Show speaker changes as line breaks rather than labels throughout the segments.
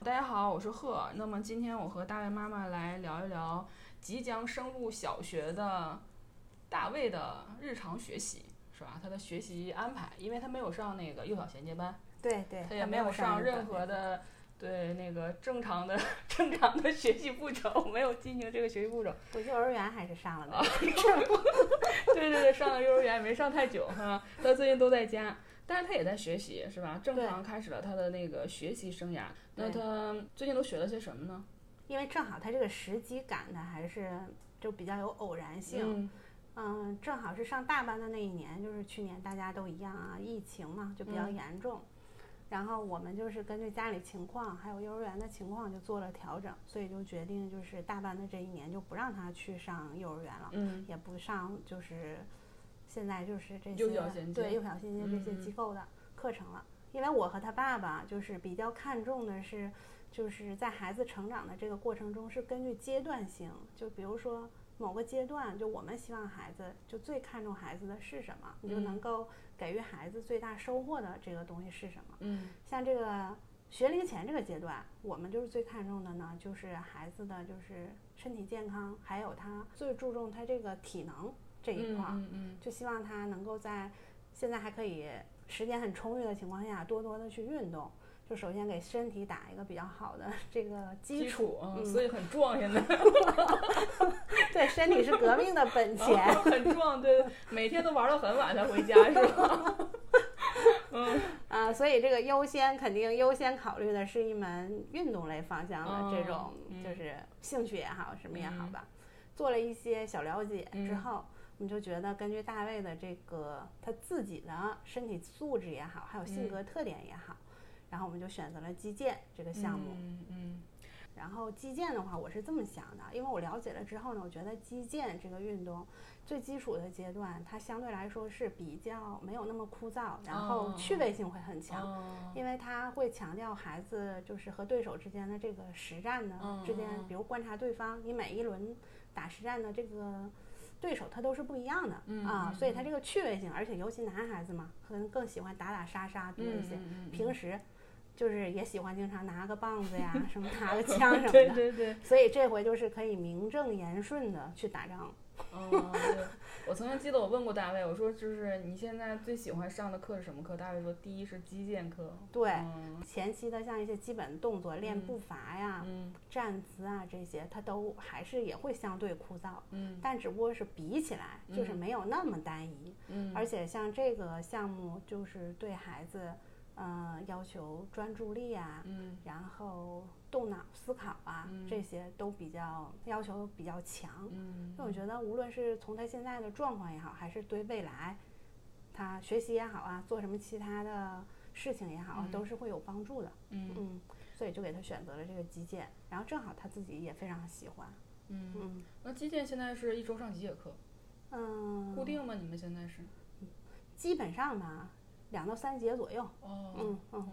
大家好，我是贺。那么今天我和大卫妈妈来聊一聊即将升入小学的大卫的日常学习，是吧？他的学习安排，因为他没有上那个幼小衔接班，
对对，
他也没有上任何的对那个正常的 正常的学习步骤，没有进行这个学习步骤。
我幼儿园还是上了的。
啊对对对，上了幼儿园也没上太久哈，他最近都在家，但是他也在学习，是吧？正常开始了他的那个学习生涯。那
对
他最近都学了些什么呢？
因为正好他这个时机感呢，还是就比较有偶然性。
嗯
嗯正好是上大班的那一年，就是去年大家都一样啊，疫情嘛就比较
嗯
严重。然后我们就是根据家里情况，还有幼儿园的情况，就做了调整，所以就决定就是大班的这一年就不让他去上幼儿园了，
嗯，
也不上就是现在就是这些
幼小衔接
对幼小衔接这些
嗯
机构的课程了。因为我和他爸爸就是比较看重的是，就是在孩子成长的这个过程中是根据阶段性，就比如说某个阶段，就我们希望孩子就最看重孩子的是什么，你就
嗯
能够给予孩子最大收获的这个东西是什么。
嗯
像这个学龄前这个阶段，我们就是最看重的呢，就是孩子的就是身体健康，还有他最注重他这个体能这一块儿，
嗯嗯
就希望他能够在现在还可以时间很充裕的情况下，多多的去运动。就首先给身体打一个比较好的这个
嗯，
基
础
础，
啊，
嗯
所以很壮，现在
对，身体是革命的 本钱。
很壮，对，每天都玩到很晚才回家，是 吧？嗯
啊，所以这个优先肯定优先考虑的是一门运动类方向的这种
哦，嗯
就是兴趣也好，什么也好
嗯
吧。做了一些小了解之
嗯
后，我们就觉得根据大卫的这个他自己的身体素质也好，还有性
嗯
格特点也好，然后我们就选择了击剑这个项目。
嗯嗯
然后击剑的话，我是这么想的，因为我了解了之后呢，我觉得击剑这个运动最基础的阶段，它相对来说是比较没有那么枯燥，然后
哦
趣味性会很强。
哦
因为他会强调孩子就是和对手之间的这个实战的
嗯
之间
嗯嗯，
比如观察对方，你每一轮打实战的这个对手他都是不一样的
嗯
啊
嗯，
所以他这个趣味性，而且尤其男孩子嘛，可能更喜欢打打杀杀多一些，
嗯嗯嗯
平时就是也喜欢经常拿个棒子 呀，什么拿个枪什么
对
的，
对 对，
所以这回就是可以名正言顺的去打仗了。
哦，对，我曾经记得我问过大卫，我说就是你现在最喜欢上的课是什么课？大卫说第一是击剑课，
对
嗯
前期的像一些基本动作，练
嗯
步伐呀、
嗯
站姿啊这些，它都还是也会相对枯燥。
嗯
但只不过是比起来，就是
嗯
没有那么单一。
嗯，
而且像这个项目，就是对孩子，嗯、要求专注力啊，
嗯
然后动脑思考啊，
嗯
这些都比较要求比较强。
嗯
那、我觉得，无论是从他现在的状况也好，还是对未来他学习也好啊，做什么其他的事情也好啊，
嗯
都是会有帮助的。
嗯
嗯，所以就给他选择了这个击剑，然后正好他自己也非常喜欢。
嗯，
嗯
那击剑现在是一周上几节课？
嗯，
固定吗？你们现在是？
基本上吧，两到三节左右。
哦，
嗯嗯，
嗯，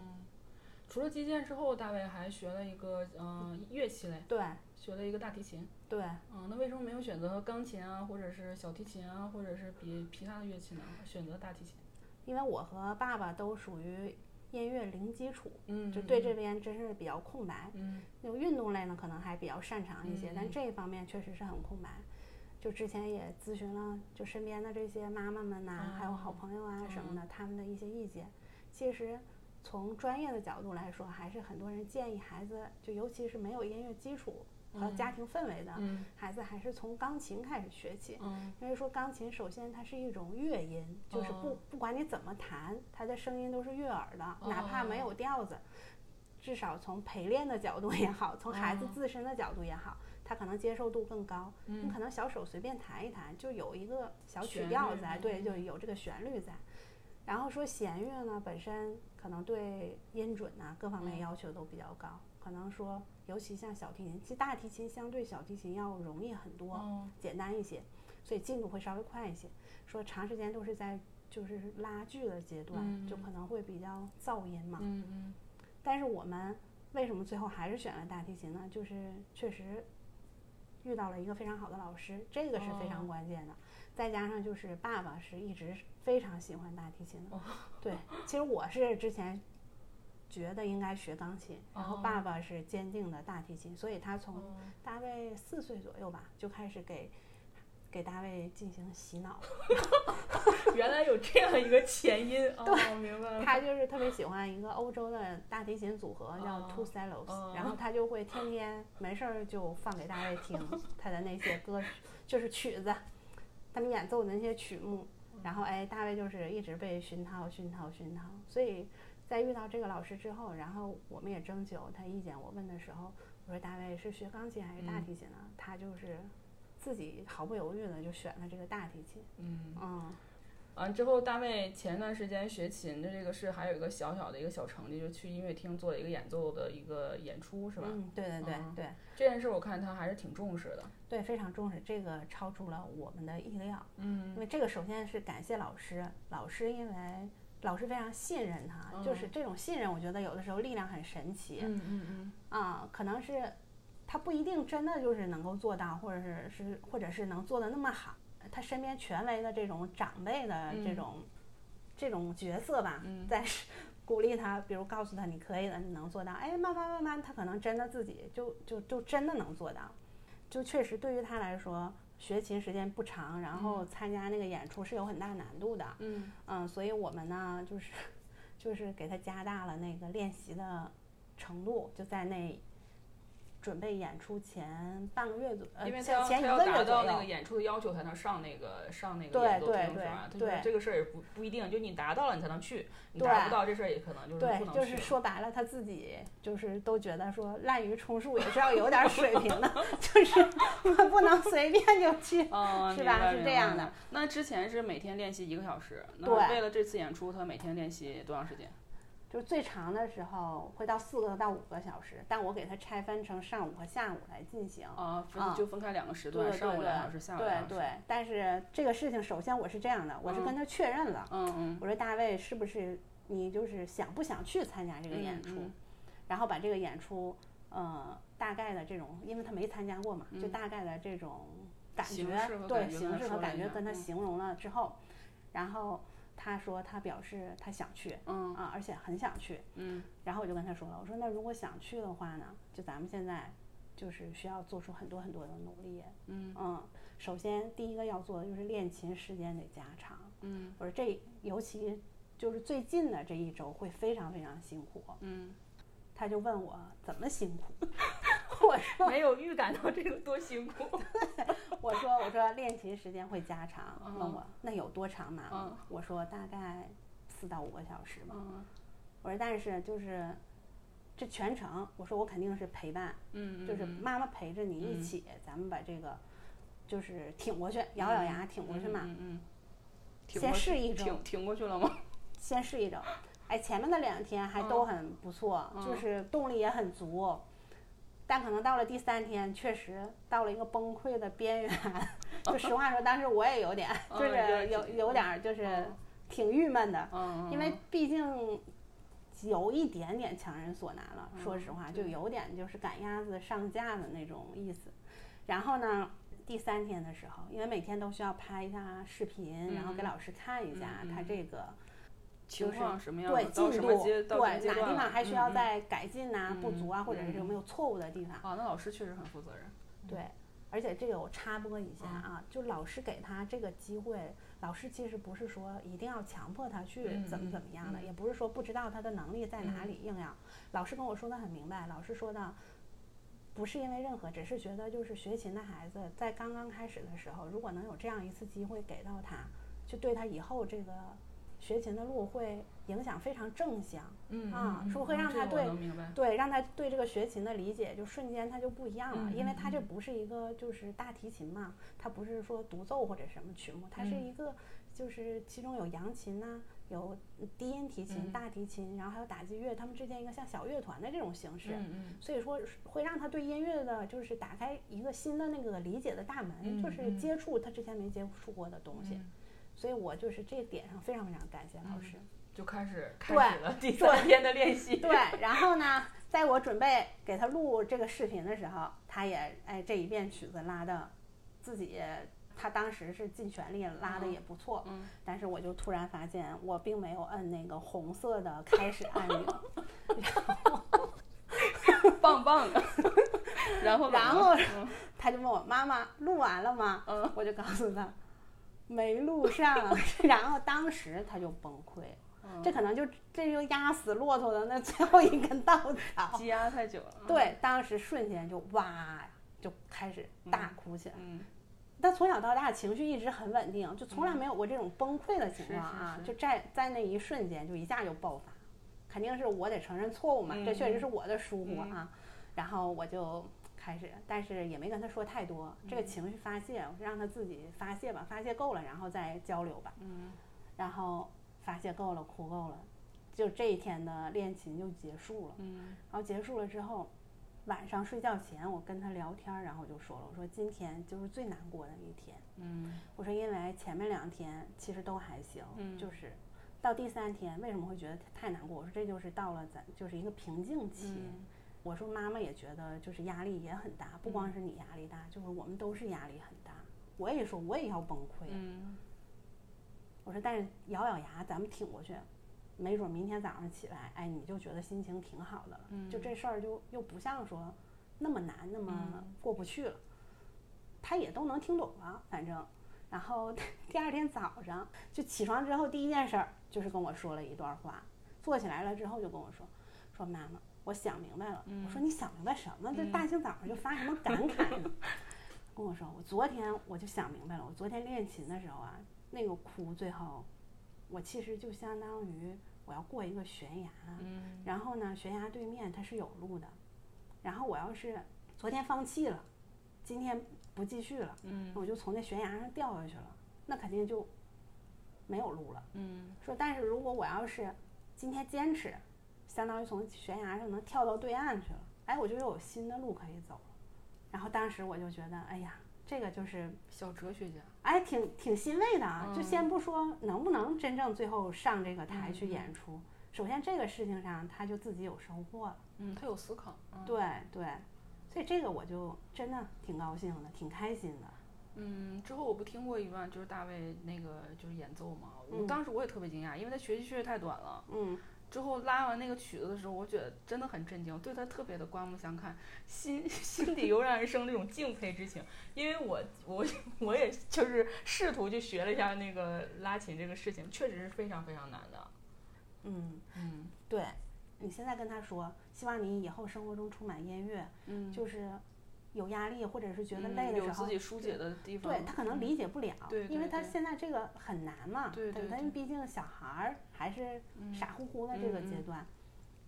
除了击剑之后，大卫还学了一个嗯、呃乐器类，
对
学了一个大提琴。
对，
嗯，那为什么没有选择钢琴啊，或者是小提琴啊，或者是比其他的乐器呢？选择大提琴。
因为我和爸爸都属于音乐零基础，
嗯，
就对这边真是比较空白。
嗯
就运动类呢，可能还比较擅长一些，
嗯
但这一方面确实是很空白。就之前也咨询了，就身边的这些妈妈们
哦
呐、还有好朋友啊什么的，他们的一些意见。其实从专业的角度来说，还是很多人建议孩子，就尤其是没有音乐基础和
嗯
家庭氛围的、
嗯
孩子，还是从钢琴开始学起。
嗯
因为说钢琴，首先它是一种乐音，就是不、
哦
不管你怎么弹，它的声音都是悦耳的，哪怕没
哦
有调子，至少从陪练的角度也好，从孩子
哦
自身的角度也好，他可能接受度更高。你
嗯
可能小手随便弹一弹，就有一个小曲
旋
调
律
在，
嗯
对，就有这个旋律在。然后说弦乐呢，本身可能对音准呐、各方面
嗯
要求都比较高，可能说尤其像小提琴，其实大提琴相对小提琴要容易很多。
哦
简单一些，所以进度会稍微快一些。说长时间都是在就是拉锯的阶段，
嗯
就可能会比较噪音嘛。
嗯嗯
但是我们为什么最后还是选了大提琴呢？就是确实遇到了一个非常好的老师，这个是非常
哦
关键的。再加上就是爸爸是一直非常喜欢大提琴的，
哦
对，其实我是之前。觉得应该学钢琴，然后
哦
爸爸是坚定的大提琴，所以他从
哦
大卫四岁左右吧就开始给给大卫进行洗脑，
原来有这样一个前因，哦，我明白了。
他就是特别喜欢一个欧洲的大提琴组合叫
哦
Two Cellos，、
哦
然后他就会天天没事儿就放给大卫 听他的那些歌，就是曲子，他们演奏的那些曲目，然后哎，大卫就是一直被熏陶、熏陶、熏陶，所以在遇到这个老师之后，然后我们也征求他意见，我问的时候，我说大卫是学钢琴还是大
嗯
提琴呢？他就是自己毫不犹豫的就选了这个大提琴，
嗯，
嗯。
完之后，大卫前段时间学琴的这个是还有一个小小的一个小成绩，就去音乐厅做了一个演奏的一个演出，是吧？
嗯，对对对、
嗯
对，
这件事我看他还是挺重视的。
对，非常重视，这个超出了我们的意料。
嗯
因为这个首先是感谢老师，老师因为老师非常信任他，就是
嗯
这种信任，我觉得有的时候力量很神奇
嗯嗯嗯，
啊、可能是他不一定真的就是能够做到，或者是是或者是能做的那么好。他身边权威的这种长辈的这
嗯
种、这种角色吧，
嗯
在鼓励他，比如告诉他你可以的，你能做到。哎，慢慢慢慢，他可能真的自己就就就真的能做到。就确实对于他来说，学琴时间不长，然后参加那个演出是有很大难度的。
嗯
嗯，所以我们呢，就是 就是给他加大了那个练习的程度，就在那准备演出前半个月左，呃，
因为他
前
要
前
他
一
要
个
达
月左
到那个
右。
演出的要求，才能上那个上那个
对
演奏
对
厅，是吧？
对
就是
对
这个事儿也不不一定，就你达到了你才能去，你
对
达不到这事儿也可能就是嗯不
对，
能
就
去
是
了
说白了，他自己就是都觉得说滥竽充数也是要有点水平的， 就是我不能随便就去。
哦，
是
明
吧
白
是
明
这
白
样
明
的
白那之前是每天练习一个小时，那
对嗯
为了这次演出，他每天练习多长时间？
就是最长的时候会到四个到五个小时，但我给它拆分成上午和下午来进行。
啊，分
啊
就分开两个时
对
段，
对
上午
对
两小时，下午两
对
小时。
对，但是这个事情首先我是这样的，我是跟他确认了，
嗯嗯
我说大卫是不是你就是想不想去参加这个演出，
嗯嗯
然后把这个演出呃大概的这种，因为他没参加过嘛，就
嗯
大概的这种感觉
形式和
对
感觉跟
形
他
式
说
和
了
感
一
觉
下
跟他
嗯
形容了之后，然后他说他表示他想去
嗯
啊，而且很想去，
嗯
然后我就跟他说了，我说那如果想去的话呢，就咱们现在就是需要做出很多很多的努力。
嗯
首先第一个要做的就是练琴时间得加长。
嗯
我说这尤其就是最近的这一周会非常非常辛苦。
嗯，
他就问我怎么辛苦，
没有预感到这个多辛苦。
我说我说练琴时间会加长，
嗯
问我那有多长嘛？
嗯
我说大概四到五个小时吧。
嗯
我说但是就是这全程，我说我肯定是陪伴。
嗯，
就是
嗯
妈妈陪着你一
嗯
起，咱们把这个就是挺过去，咬咬牙挺过去嘛，
嗯嗯嗯，挺
先
过
试一周，
挺挺过去了 吗？
先试一周。哎，前面的两天还
嗯
都很不错，就是动力也很足，但可能到了第三天，确实到了一个崩溃的边缘。 就实话说，当时我也有点，
嗯
就是
有点
有有点儿就是
嗯
挺郁闷的，
嗯，
因为毕竟。有一点点强人所难了，说实话，
嗯
就
对
有点就是赶鸭子上架的那种意思。然后呢，第三天的时候，因为每天都需要拍一下视频，然后给
嗯
老师看一下
嗯嗯
他这个
情
就是
况什么样的，
对
到
进
什
度，
么阶
对
到什么
哪
阶
地
段了
方还需要。
嗯嗯
再改进呐、不足啊，
嗯
或者是有没有错误的地方。
啊，那老师确实很负责任。
对，而且这个我插播一
嗯
下啊，就老师给他这个机会，老师其实不是说一定要强迫他去
嗯
怎么
嗯
怎么样的，
嗯
也不是说不知道他的能力在哪里，硬要。老师跟我说的很明白，老师说的。不是因为任何，只是觉得就是学琴的孩子在刚刚开始的时候，如果能有这样一次机会给到他，就对他以后这个学琴的路会影响非常正向。
嗯
啊
嗯
是不是会
嗯
让
这
他
个我
对
能明白。
对，让他对这个学琴的理解就瞬间他就不一样了，
嗯
因为
嗯
他这不是一个就是大提琴嘛，他不是说独奏或者什么曲目，它是
嗯
一个就是其中有扬琴呐、有低音提琴、
嗯
大提琴，然后还有打击乐，他们之间一个像小乐团的这种形式。
嗯嗯
所以说是会让他对音乐的，就是打开一个新的那个理解的大门，
嗯
就是
嗯
接触他之前没接触过的东西。
嗯
所以我就是这点上非常非常感谢老
嗯
师。
就开始开始了第三天的练习。
对，然后呢，在我准备给他录这个视频的时候，他也哎这一遍曲子拉的，自己他当时是尽全力拉的也不错，
嗯
但是我就突然发现我并没有摁那个红色的开始按钮，
棒棒的。 然后呢
然后
嗯
他就问我妈妈录完了吗？
嗯
我就告诉他没录上，然后当时他就崩溃了，
嗯
这可能就这就压死骆驼的那最后一根稻草。
积压太久了。嗯，
对，当时瞬间就哇就开始大哭起来。
嗯
他从小到大情绪一直很稳定，就从来没有过这种崩溃的情况啊！
是是是
就在在那一瞬间就一下就爆发，肯定是我得承认错误嘛，
嗯
这确实是我的疏忽啊。然后我就开始，但是也没跟他说太多，这个
嗯
情绪发泄，我让他自己发泄吧，发泄够了然后再交流吧。
嗯
然后发泄够了，哭够了，就这一天的练琴就结束了。
嗯
然后结束了之后，晚上睡觉前我跟他聊天儿，然后我就说了，我说今天就是最难过的一天。
嗯
我说因为前面两天其实都还行，
嗯
就是到第三天为什么会觉得太难过？我说这就是到了咱就是一个瓶颈期。
嗯
我说妈妈也觉得就是压力也很大，不光是你压力大，就是我们都是压力很大。我也说我也要崩溃，
嗯
我说但是咬咬牙咱们挺过去，没准明天早上起来，哎，你就觉得心情挺好的了。
嗯
就这事儿就又不像说那么难，那么过不去了，他也都能听懂了，反正。然后 第二天早上就起床之后，第一件事儿就是跟我说了一段话，坐起来了之后就跟我说，说妈妈，我想明白了。我说你想明白什么？这
嗯
大清早上就发什么感慨 呢？跟我说，我昨天我就想明白了，我昨天练琴的时候啊，那个哭最后，我其实就相当于我要过一个悬崖，
嗯
然后呢，悬崖对面它是有路的。然后我要是昨天放弃了，今天不继续了，
嗯
我就从那悬崖上掉下去了，那肯定就没有路了。
嗯
说，但是如果我要是今天坚持，相当于从悬崖上能跳到对岸去了，哎，我就又有新的路可以走了。然后当时我就觉得，哎呀，这个就是
小哲学家。
哎，挺挺欣慰的啊！就
嗯
先不说能不能真正最后上这个台去
嗯嗯
演出，首先这个事情上他就自己有收获了。
嗯，他有思考。嗯，
对对，所以这个我就真的挺高兴的，挺开心的。
嗯，之后我不听过一段就是大卫那个就是演奏嘛，
嗯
我当时我也特别惊讶，因为他学习确实太短了。
嗯，
之后拉完那个曲子的时候，我觉得真的很震惊，对他特别的刮目相看，心 心底油然而生那种敬佩之情。因为我我 我也就是试图去学了一下那个拉琴这个事情，确实是非常非常难的。
嗯，
嗯
对。你现在跟他说，希望你以后生活中充满音乐，
嗯
就是有压力或者是觉得
嗯
累的时
有
候
自，己疏解的地方，嗯
对他可能理解不了，
对
因为
对
他
对
现在这个很难嘛，
对对
他
对
毕竟小孩儿还是
嗯
傻乎乎的这个
嗯
阶
嗯
段，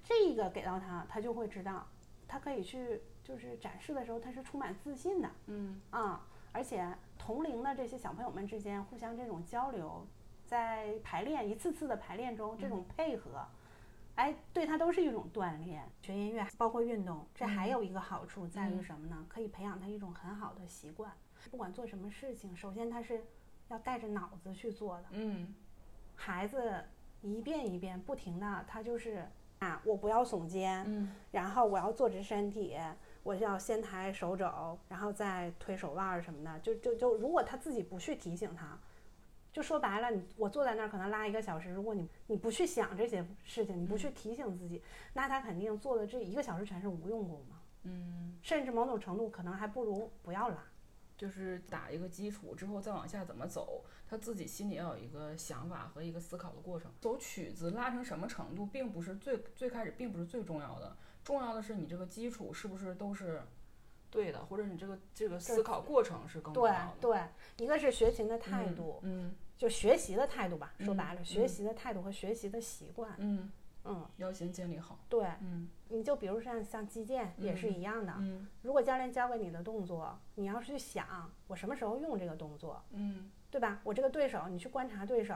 这个给到他，他就会知道，他可以去就是展示的时候，他是充满自信的
嗯
啊、而且同龄的这些小朋友们之间互相这种交流，在排练一次次的排练中，这种配合。哎，对他都是一种锻炼。嗯学音乐包括运动，这还有一个好处在于
嗯
什么呢？可以培养他一种很好的习惯。不管做什么事情，首先他是要带着脑子去做的。
嗯
孩子一遍一遍不停的，他就是啊，我不要耸肩，
嗯
然后我要坐直身体，我要先抬手肘，然后再推手腕儿什么的。就就就，如果他自己不去提醒他，就说白了，你我坐在那儿可能拉一个小时，如果你你不去想这些事情，你不
嗯
去提醒自己，那他肯定做的这一个小时全是无用功嘛，
嗯，
甚至某种程度可能还不如不要拉。
就是打一个基础之后再往下怎么走，他自己心里要有一个想法和一个思考的过程。走曲子拉成什么程度，并不是最最开始并不是最重要的，重要的是你这个基础是不是都是对的，或者你这个这个思考过程是更重
对
要的。
对，一个是学琴的态
嗯
度，
嗯
就学习的态度吧，说
嗯
白了，
嗯
学习的态度和学习的习惯，
嗯，
嗯，
要先建立好。
对，
嗯
你就比如像像击剑也是一样的，
嗯
如果教练教给你的动作，你要是去想我什么时候用这个动作，
嗯
对吧？我这个对手，你去观察对手，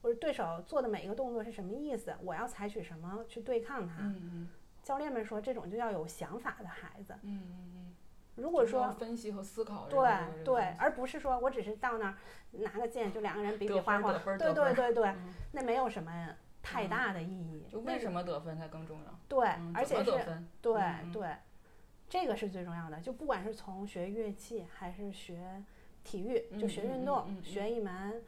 或者对手做的每一个动作是什么意思，我要采取什么去对抗他。
嗯
教练们说，这种就要有想法的孩子
嗯，嗯嗯，
如
如
果说。
分析和思考这个，这
对
个
对，而不是说我只是到那儿拿个剑就两个人比比
得分
划
儿
划
得分，儿
对
得分
对
儿
对对
嗯，
那没有什么太大的意义。
就为什么得分才更重要？
对，
嗯
而
怎
且
么
是
得分？
对
嗯嗯
对，这个是最重要的。就不管是从学乐器还是学体育，就学运动，
嗯嗯嗯嗯嗯
学一门，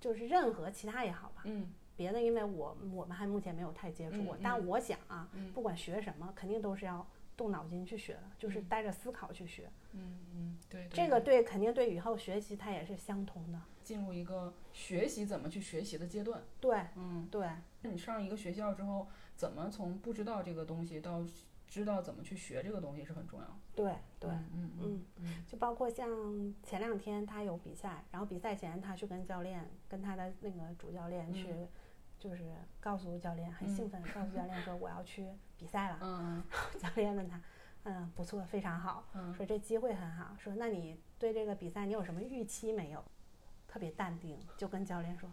就是任何其他也好吧。
嗯
别的，因为我我们还目前没有太接触过，
嗯嗯
但我想啊，
嗯
不管学什么，肯定都是要动脑筋去学的，就是
嗯
带着思考去学。
嗯嗯，对，对
这个
对
对肯定对以后学习它也是相通的。
进入一个学习怎么去学习的阶段。
对
嗯，
对，
那你上一个学校之后，怎么从不知道这个东西到知道怎么去学这个东西是很重要的。
对对，
嗯嗯
嗯，就包括像前两天他有比赛，然后比赛前他去跟教练，跟他的那个主教练去，
嗯
就是告诉教练很兴奋，告诉教练说我要去比赛了。
嗯
教练问他，嗯，不错，非常好，
嗯
说这机会很好，说那你对这个比赛你有什么预期没有？特别淡定，就跟教练说。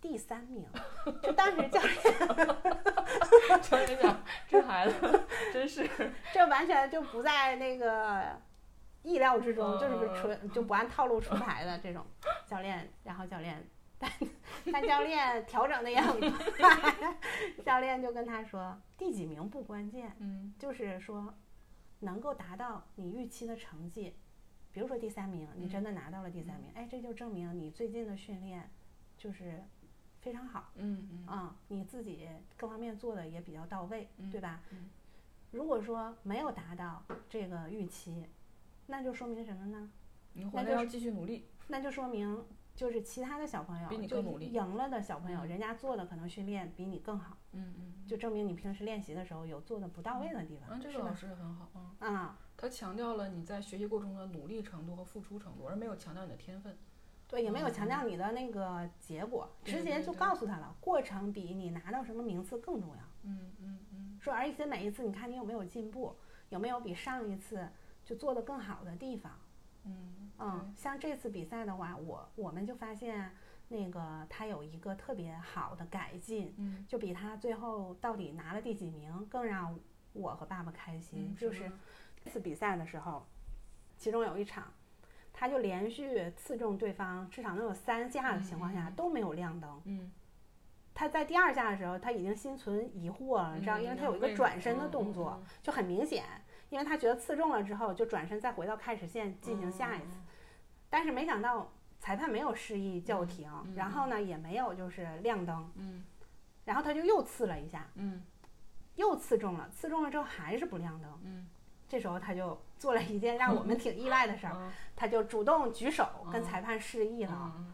第三名， 就当时教练
嗯，教练讲这孩子 真是，
这完全就不在那个意料之中，
嗯
就是纯就不按套路出牌的这种教练。然后教练，但但教练调整的也很快， 教练就跟他说，第几名不关键，
嗯
就是说能够达到你预期的成绩。比如说第三名，你
嗯
真的拿到了第三名，哎，这就证明你最近的训练就是非常好。
嗯嗯
啊、你自己各方面做的也比较到位，
嗯
对吧、
嗯
如果说没有达到这个预期，那就说明什么呢？
你回来要继续努力。
那就说明就是其他的小朋友
比你
就
更努力
赢了的小朋友、
嗯
人家做的可能训练比你更好，
嗯嗯，
就证明你平时练习的时候有做的不到位的地方，
嗯，这
是
个老
吧？
师也很好。嗯。
啊、
他强调了你在学习过程中的努力程度和付出程度，而没有强调你的天分。
对，也没有强
嗯
调你的那个结果，
对
直
对
接
对
就
对
告诉他了，过程比你拿到什么名次更重要。
嗯嗯嗯
说，而且每一次你看你有没有进步，有没有比上一次就做得更好的地方。
嗯
嗯，像这次比赛的话，我我们就发现那个他有一个特别好的改进，
嗯
就比他最后到底拿了第几名更让我和爸爸开心。
嗯，
就是
吗
这次比赛的时候，其中有一场，他就连续刺中对方至少能有三下的情况下、
嗯嗯嗯
都没有亮灯。
嗯
他在第二下的时候，他已经心存疑惑了，你知道，
嗯
因为他
那
有一个
为
转
什
身的
么
动作，，就很明显，因为他觉得刺中了之后就转身再回到开始线进行下一
哦
次。但是没想到裁判没有示意叫停，
嗯嗯
然后呢也没有就是亮灯，
嗯
然后他就又刺了一下，
嗯
又刺中了，刺中了之后还是不亮灯。
嗯
这时候他就做了一件让我们挺意外的事儿，
嗯，
他就主动举手跟
哦
裁判示意了，
啊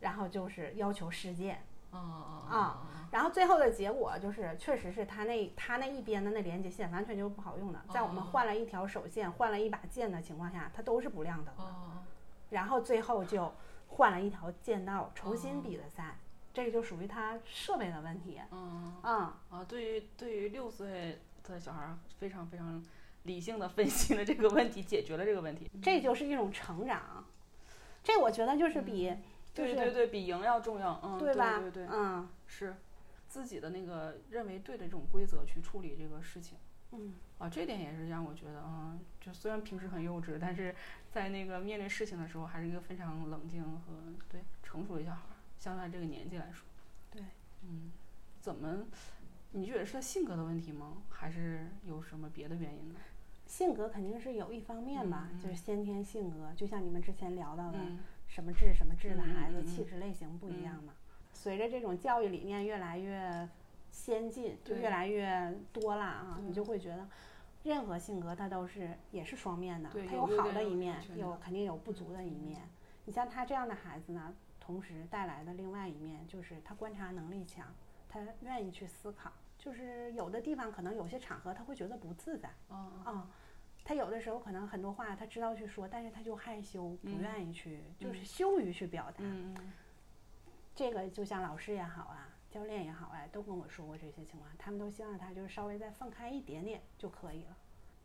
然后就是要求世界。
啊啊！
然后最后的结果就是，确实是他那他那一边的那连接线完全就不好用了，在我们
哦
换了一条手线、换了一把剑的情况下，它都是不亮灯的。
哦，
然后最后就换了一条剑道，重
哦
新比的赛，这个就属于他设备的问题。
嗯
嗯，
啊，对于对于六岁的小孩儿非常非常理性的分析了这个问题，解决了这个问题。
这就是一种成长，这我觉得就是比、就是
对对对，比赢要重要。嗯，对
吧？
嗯对对，
嗯
是自己的那个认为对的这种规则去处理这个事情。
嗯，
啊，这点也是让我觉得，嗯，就虽然平时很幼稚，但是在那个面对事情的时候，还是一个非常冷静和对成熟的小孩儿，相对这个年纪来说。
对，
嗯，怎么？你觉得是他性格的问题吗？还是有什么别的原因呢？
性格肯定是有一方面吧，
嗯嗯
就是先天性格，就像你们之前聊到的，
嗯
什么质什么质的
嗯嗯
孩子，
嗯嗯嗯
气质类型不一样嘛。随着这种教育理念越来越先进，就
对嗯
越来越多了啊，
对
你就会觉得。任何性格它都是也是双面的，
对
它
有优
好
点
的
有
一面
缺，点
有肯定有不
嗯
足的一面。你像他这样的孩子呢，同时带来的另外一面就是他观察能力强，他愿意去思考。就是有的地方可能有些场合他会觉得不自在，
啊，
啊、他有的时候可能很多话他知道去说，但是他就害羞，不
嗯
愿意去，就是
嗯
羞于去表达。
嗯嗯
这个就像老师也好啊，教练也好啊，都跟我说过这些情况，他们都希望他就是稍微再放开一点点就可以了。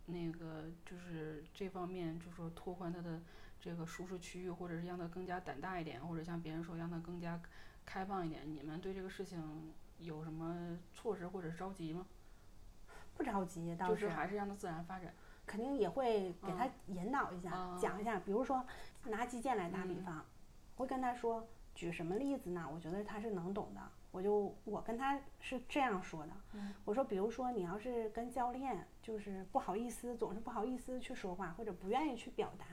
那个就是这方面，就是说拓宽他的这个舒适区域，或者是让他更加胆大一点，或者像别人说让他更加开放一点。你们对这个事情有什么措施或者着急吗？
不着急，倒
就是是还是让他自然发展。
肯定也会给他引导一下，
嗯
讲一下。比如说拿击剑来打比
嗯
方，我会跟他说举什么例子呢？我觉得他是能懂的。我就我跟他是这样说的，
嗯
我说，比如说你要是跟教练就是不好意思，总是不好意思去说话，或者不愿意去表达，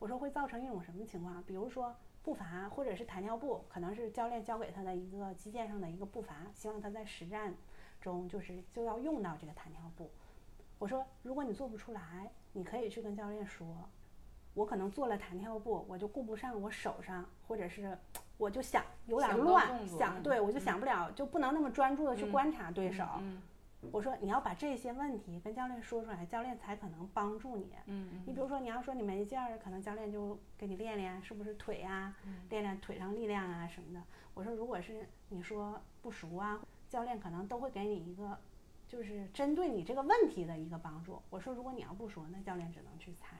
我说会造成一种什么情况？比如说步伐，或者是弹跳步，可能是教练教给他的一个基建上的一个步伐，希望他在实战中就是就要用到这个弹跳步。我说，如果你做不出来，你可以去跟教练说，我可能做了弹跳步，我就顾不上我手上，或者是我就想有点
想不到
乱，
动作
想
嗯
对我就想不了，就不能那么专注的去
嗯
观察对
嗯
手。
嗯
我说你要把这些问题跟教练说出来，教练才可能帮助你。
嗯
你比如说，你要说你没劲儿，可能教练就给你练练是不是腿呀、
嗯
练练腿上力量啊什么的。我说，如果是你说不熟啊，教练可能都会给你一个，就是针对你这个问题的一个帮助。我说，如果你要不说，那教练只能去猜。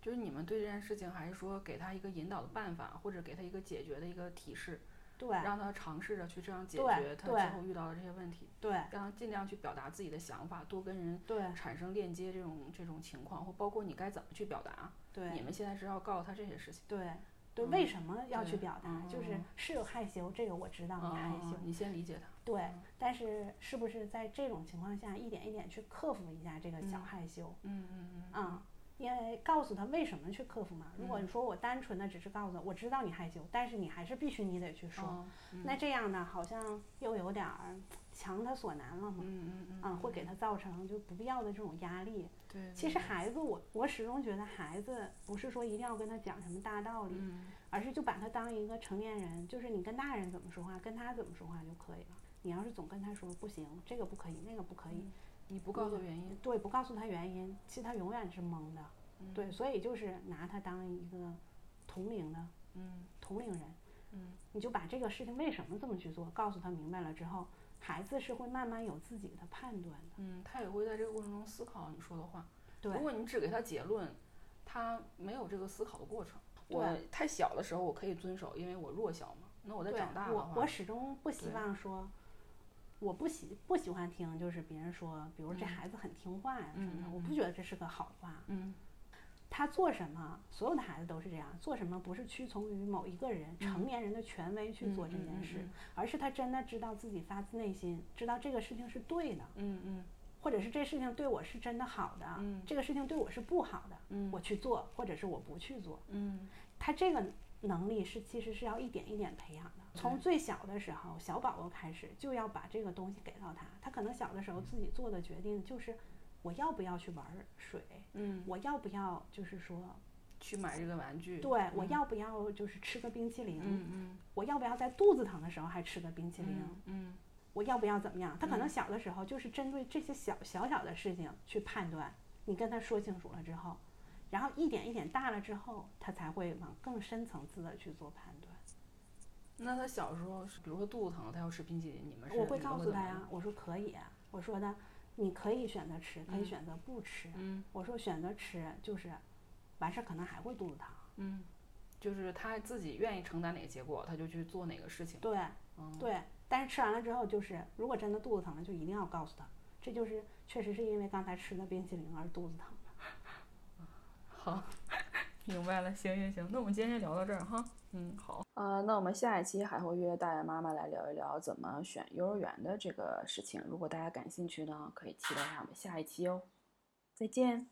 就是你们对这件事情，还是说给他一个引导的办法，或者给他一个解决的一个提示，
对
让他尝试着去这样解
对
决他
对
之后遇到的这些问题，
对
让他尽量去表达自己的想法，多跟人
对
产生链接这种这种情况，或包括你该怎么去表达，你
对
们现在是要告诉他这些事情。
对对，
嗯
为什么要去
对
表达？就是
嗯
是有害羞，这个我知道
嗯
哦你害羞
嗯，。你先理解他。
对
嗯，
但是是不是在这种情况下，一点一点去克服一下这个小
嗯
害羞
嗯嗯嗯。
啊？因为告诉他为什么去克服嘛。如果
嗯
你说我单纯的只是告诉他，我知道你害羞，但是你还是必须你得去说，
哦嗯
那这样呢，好像又有点儿强他所难了嘛。
嗯嗯嗯
啊，会
嗯
给他造成就不必要的这种压力。
对。嗯对
其实
对
孩子，我我始终觉得孩子不是说一定要跟他讲什么大道理，
嗯
而是就把他当一个成年人，就是你跟大人怎么说话，跟他怎么说话就可以了。你要是总跟他说不行，这个不可以，那个不可以，
你不告诉原因，
对，不告诉他原因，其实他永远是懵的。
嗯
对，所以就是拿他当一个同龄的
嗯
同龄人，
嗯
你就把这个事情为什么这么去做，告诉他明白了之后，孩子是会慢慢有自己的判断的。
嗯，他也会在这个过程中思考你说的话。
对
如果你只给他结论，他没有这个思考的过程。我
对
太小的时候我可以遵守，因为我弱小嘛。那我在
对
长大的
我我
话，
始终不希
对
望说，我不喜不喜欢听就是别人说，比如这
嗯
孩子很听话呀什
嗯
么的，
嗯
我不
嗯
觉得这是个好话。
嗯
他做什么，所有的孩子都是这样，做什么不是屈从于某一个
嗯
人、成年人的权威去做这件事，，而是他真的知道自己发自内心知道这个事情是对的，
嗯嗯
或者是这事情对我是真的好的，
嗯
这个事情对我是不好的，
嗯
啊我去做，或者是我不去做。
嗯
他这个能力是其实是要一点一点培养的，从最小的时候，小宝宝开始就要把这个东西给到他。他可能小的时候自己做的决定就是我要不要去玩水，
嗯，
我要不要就是说
去买这个玩具，
对，我
嗯
要不要就是吃个冰淇淋？
嗯嗯
我要不要在肚子疼的时候还吃个冰淇淋？
嗯嗯
我要不要怎么样？他可能
嗯
小的时候就是针对这些小小小的事情去判断，你跟他说清楚了之后，然后一点一点大了之后，他才会往更深层次的去做判断。
那他小时候是，比如说肚子疼，他要吃冰淇淋，你们是
我会
你们
告诉
怎
他
么
呀
样，
我说可以，啊我说的你可以选择吃，可以
嗯
选择不吃。
嗯
我说选择吃就是完事儿可能还会肚子疼，
嗯，就是他自己愿意承担哪个结果，他就去做哪个事情，
对。
嗯，
对，但是吃完了之后，就是如果真的肚子疼了，就一定要告诉他，这就是确实是因为刚才吃的冰淇淋而肚子疼了。
好， 明白了，行行行，那我们今天先聊到这儿哈。嗯，好。呃，那我们下一期还会约大爷妈妈来聊一聊怎么选幼儿园的这个事情。如果大家感兴趣呢，可以期待一下我们下一期哦。再见。